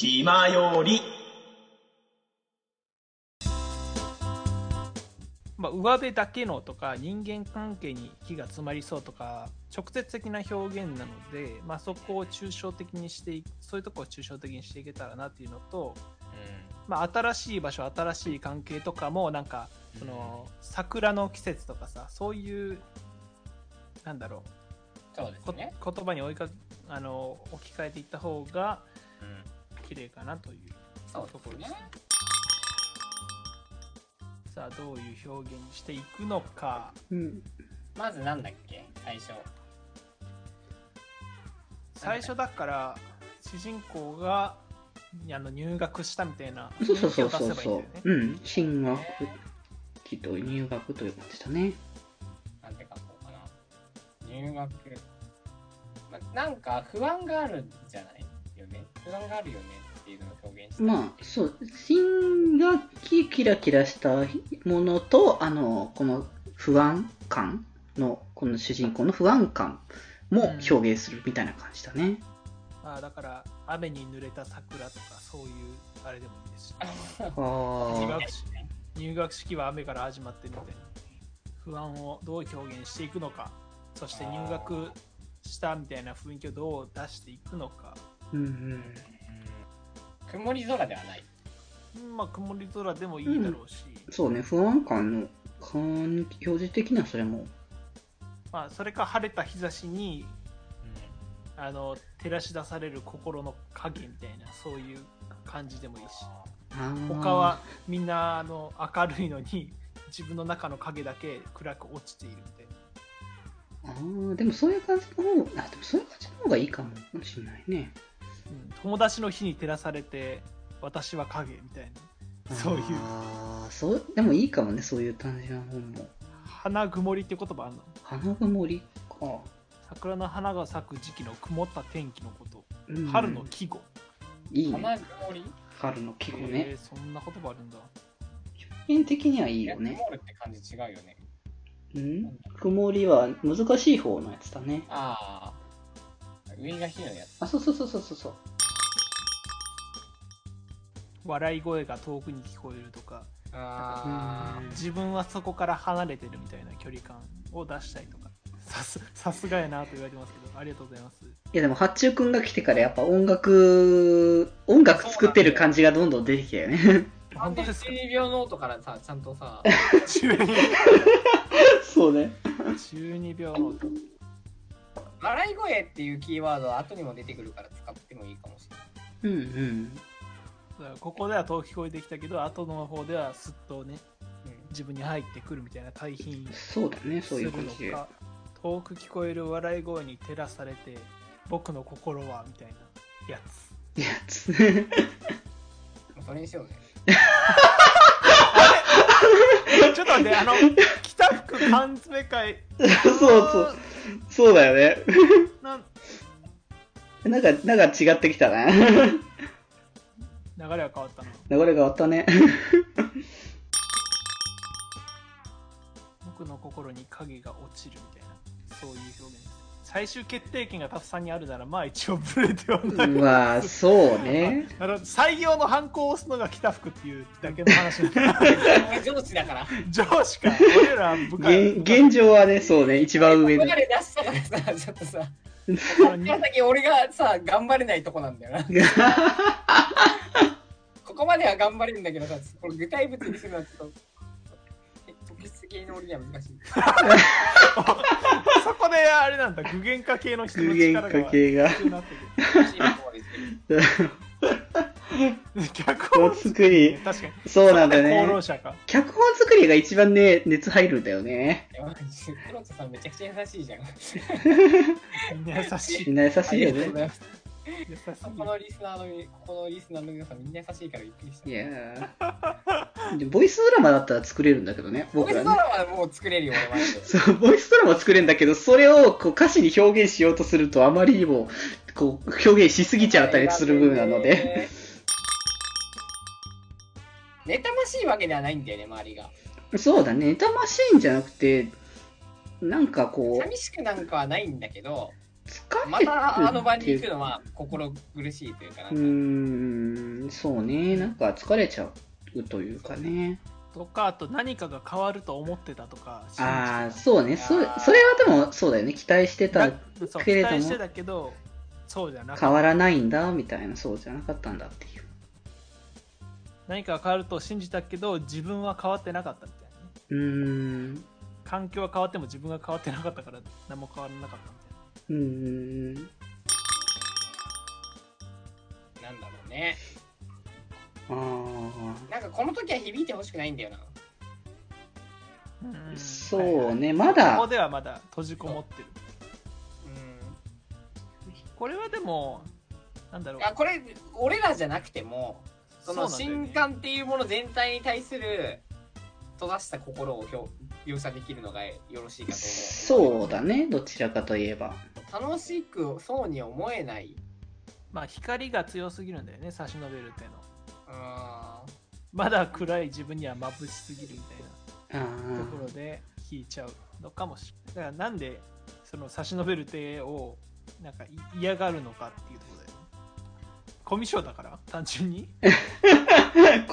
今より。まあ、上辺だけのとか人間関係に気が詰まりそうとか直接的な表現なので、まあ、そこを抽象的にしていそういうとこを抽象的にしていけたらなっていうのと、まあ、新しい場所新しい関係とかもなんかその桜の季節とかさそういうなんだろそうでうこすね。言葉に追いかあの置き換えていった方がうん綺麗かなというそうですね。さあどういう表現にしていくのかうん。まずなんだっけ最初。最初だから主人公があの入学したみたいなそうそうそう雰そ囲気を出せばいいんうそだよねう。うん。進学期と入学という感じだね。なんて書こうかな。入学。ま、なんか不安があるんじゃないよね。不安があるよねっていうのを表現して。まあ、そう、新学期キラキラしたものと、あの、この不安感の、この主人公の不安感も表現するみたいな感じだね。まあだから雨に濡れた桜とかそういうあれでもいいですし入ああ、学式入学式は雨から始まってみたいな不安をどう表現していくのかそして入学したみたいな雰囲気をどう出していくのかうん曇り空ではない。まあ曇り空でもいいだろうし、うん。そうね、不安感の感表示的にはそれも、まあそれか晴れた日差しにあの照らし出される心の影みたいなそういう感じでもいいしあー他は、みんなあの明るいのに自分の中の影だけ暗く落ちているみたいなあーでもそういう感じの方、あ、でもそういう感じの方がいいかもしれないね。うん友達の日に照らされて私は影みたいなそういうああ、そう、でもいいかもね、そういう感じの本も。花曇りって言葉あるの花曇りか。桜の花が咲く時期の曇った天気のことうん春の季語、いいね花曇り春の季語へねえそんな言葉あるんだ表現的にはいいいよ曇るねって感じ違うよね。うん曇りは難しい方のやつだねああ。上が火のやつ。あそうそうそうそうそうそう笑い声が遠くに聞こえるとかあうん自分はそこから離れてるみたいな距離感を出したりとかさすさすがやなと言われてますけどありがとうございます いやでも八中くんが来てからやっぱ音楽音楽作ってる感じがどんどん出てきたよねあ。なんで本当ですか12秒ノートからさ、ちゃんとさ、 12, そうね12秒の音笑い声っていうキーワードは後にも出てくるから使ってもいいかもしれない。うんうんだからここでは遠く聞こえてきたけど後の方ではすっとね自分に入ってくるみたいな対比そうだねすそういるう感じのか遠く聞こえる笑い声に照らされて僕の心はみたいなやつやつねうん。それに しようぜ。ちょっと待ってあの北福缶詰会そうそうそうだよねなん なんかなんか違ってきたな流れは変わったな流れが変わった ね僕の心に影が落ちるみたいなそういう表現最終決定権がたくさんにあるならまあ一応ブレてはないうわそうねあの採用の犯行を押すのが北福っていうだけの話なんだ上司だから。上司か俺らは部下現現状はねそうね一番上流でれ出したからさ、ちょっとさ、部下こにの先俺がさ、頑張れないとこなんだ よな。ここまでは頑張れるんだけどさ、これ具体物にするのはちょっと。特質系の俺には難しい。そこであれなんだ具現化系の人の具力現が化系 が必要になって難しい方は別にくる脚脚本本作り確 かにそうなんだよ功労ね者か脚本作りが一番ね熱入るんだよねいやマジでクロントさんめちゃくちゃ優しいじゃん。みんな優しいみんな優しいよありがとうごねざいます。優しいここのリスナーのみ、ここのリスナーの皆さんみんな優しいからびっくりした。 いやーでボイスドラマだったら作れるんだけどね僕僕ららドねラマはもう作れるよ、俺マジで。そうボイスドラマ作れるんだけどそれをこう歌詞に表現しようとするとあまりにもこう表現しすぎちゃったりする分なので。妬ましいわけではないんだよね、周りが。そうだね妬ましいんじゃなくてなんかこ寂しくなんかはないんだけど、う疲まれてるたあの場にってい行うくのは心苦しいというか、なんうか、ーん、そうね。なんか疲れちゃうというかね。とかあと何かが変わると思ってたとか信じてたああ、そうね。そあーそれはでもそうだよね。期待してただそうけれ期ども待してたけどそうじゃな変くわらないんだみたいな、そうじゃなかったんだっていう。何かが変わると信じたけど自分は変わってなかったみたいなねうーん、環境は変わっても自分が変わってなかったから何も変わらなかったみたいなうーん。なんだろうね。ああ、なんかこの時は響いてほしくないんだよな。うんそうねはいはいまだここではまだ閉じこもってるうん。これはでもなんだろうあこれ、俺らじゃなくても、そのそうなん新だよね刊っていうもの全体に対する閉ざした心を表描写できるのがよろしいかと思う。そうだね。どちらかといえば。楽しくそうに思えない。まあ光が強すぎるんだよね差し伸べるっていうのあまだ暗い自分には眩しすぎるみたいなあところで引いちゃうのかもしれない。だからなんでその差し伸べる手をなんか嫌がるのかっていうところだよね。コミュ障だから単純に。あ、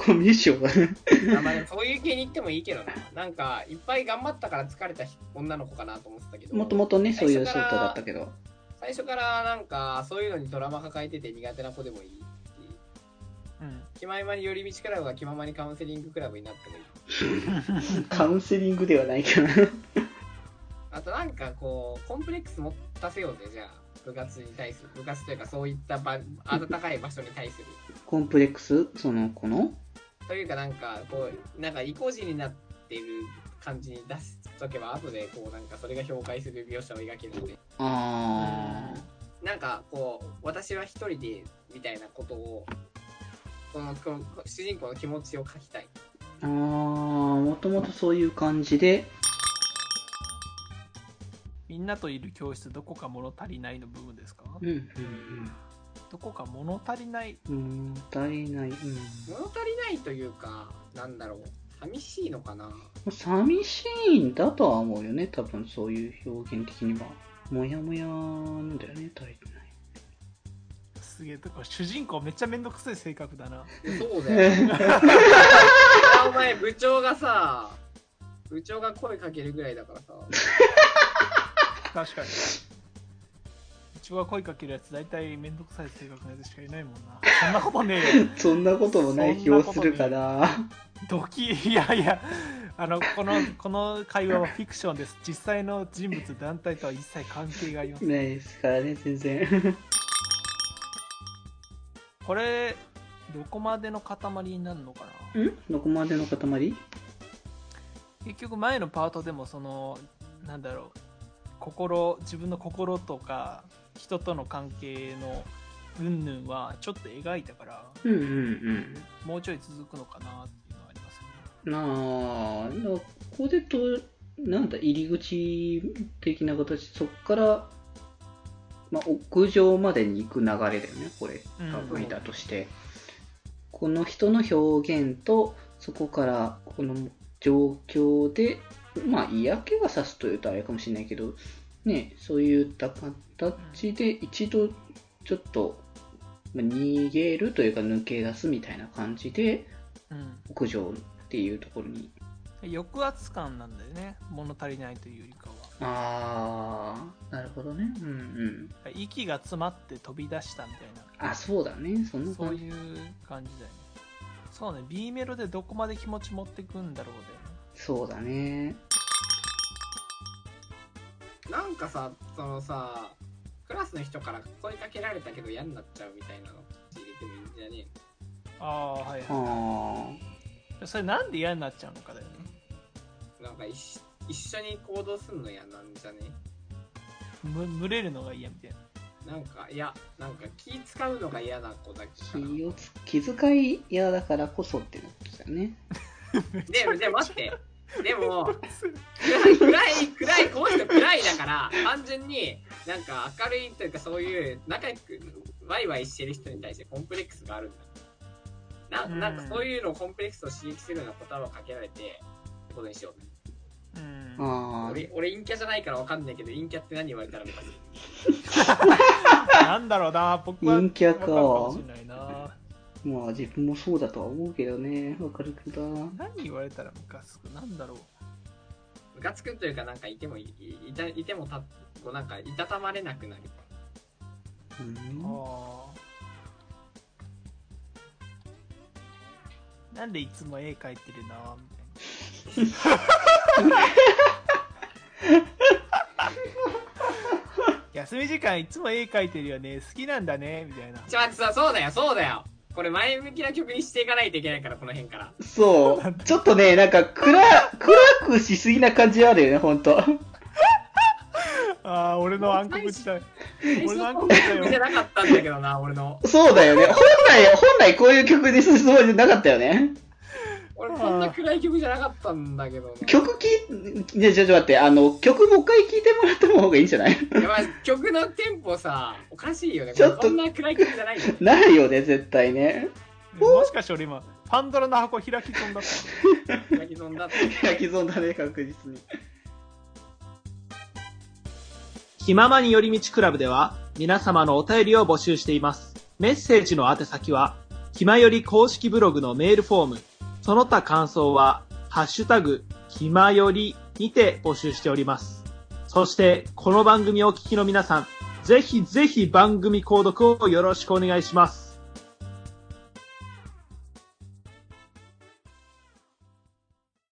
コミュ障。ーあまあでもそういう系に行ってもいいけどな。なんか、いっぱい頑張ったから疲れた女の子かなと思ってたけど。もともとね、そういう最想初から定だったけど。最初からなんかそういうのにドラマ抱えてて苦手な子でもいいしうん。気ままに寄り道クラブが気ままにカウンセリングクラブになってもいいカウンセリングではないかな。あとなんかこうコンプレックス持たせようぜじゃあ部活に対する部活というかそういった場温かい場所に対するコンプレックスその子のというかなんかこうなんか意固地になってる感じに出しとけば後でこうなんかそれが評価する描写を描けるのであなんかこう私は一人でみたいなことをこのこの主人公の気持ちを書きたいあ。ああ、もともとそういう感じで。みんなといる教室どこか物足りないの部分ですか、うん、うん、どこか物足りない。うん。もったいない。物うん。足りないというかなんだろう寂しいのかな寂しいんだとは思うよね、多分そういう表現的には。もやもやなんだよね、足りてない。すげえとか主人公めっちゃめんどくさい性格だな。そうだよお前部長がさ部長が声かけるぐらいだからさ確かに。うちは声かけるやつ大体めんどくさい性格のやつしかいないもんな。そんなことねえよ。そんなこともない気をするから。ドキ いやいやあのこのこの会話はフィクションです実際の人物団体とは一切関係がありません ないですからね、全然。これどこまでの塊になるのかなん どこまでの塊結局前のパートでもそのなんだろう心自分の心とか人との関係の云々はちょっと描いたからうんうんうん。もうちょい続くのかなっていうのはありますよねなあ、だからここでと、なんだ、入り口的な形、そこから、まあ、屋上までに行く流れだよね、これ、うん多分いたとして。この人の表現と、そこから、この状況で、まあ、嫌気がさすというとあれかもしれないけど、ね、そういった形で、一度、ちょっと、まあ逃げるというか、抜け出すみたいな感じで、うん屋上っていうところに抑圧感なんだよね物足りないというよりかはああなるほどねうんうん息が詰まって飛び出したみたいなあそうだねそんなそう感じいう感じだよね。そうね、B メロでどこまで気持ち持ってくんだろうだよね。そうだねなんかさそのさクラスの人から声かけられたけど嫌になっちゃうみたいなの入れてもいいんじゃねああ、はいあーい。それなんで嫌になっちゃうのかだよね。えなんか一一緒に行動するの嫌なんじゃねむ、群れるのが嫌みたいな。なんかいやなんか気使うのが嫌な子だけかな気をつ気遣い嫌だからこそっていうことだよねでで待ってでも暗い暗い暗いこの人暗いだから単純になんか明るいというかそういう仲良くワイワイしてる人に対してコンプレックスがあるんだななんかそういうのをコンプレックスを刺激するような言葉をかけられてってことにしようううんあー俺、俺陰キャじゃないからわかんないけど、陰キャって何言われたらムカつくなんだろうな、僕は。陰キャかわるもしれないな。まあ自分もそうだとは思うけどねわかるけどな何言われたらムカつくなんだろう。ムカつくというか、なんかいてもい、いいたいてもた、こうなんか、いたたまれなくなる。うんあーなんでいつも絵描いてるなみたいな。休み時間いつも絵描いてるよね好きなんだねみたいなちょ、待ってさ、そうだよ、そうだよ。これ前向きな曲にしていかないといけないから、この辺から。そうちょっとねなんか暗暗くしすぎな感じあるよねほんとああ俺の暗黒時代俺の暗黒時代曲じゃよなかったんだけどな、俺の。そうだよ ね本来本来こういう曲にするつもりじゃなかったよね俺、こんな暗い曲じゃなかったんだけどな。曲聴いねちょちょ待ってあの曲もう一回聴いてもらった方がいいんじゃないやばい曲のテンポさ、おかしいよね。ちょっことんな暗い曲じゃないよね。なるよね絶対ねもしかして俺今パンドラの箱開き込んだった暗い曲飲んだって 焼き損だね確実にひままに寄り道クラブでは皆様のお便りを募集しています。メッセージの宛先は、ひまより公式ブログのメールフォーム、その他感想は、ハッシュタグ、ひまよりにて募集しております。そして、この番組をお聞きの皆さん、ぜひぜひ番組購読をよろしくお願いします。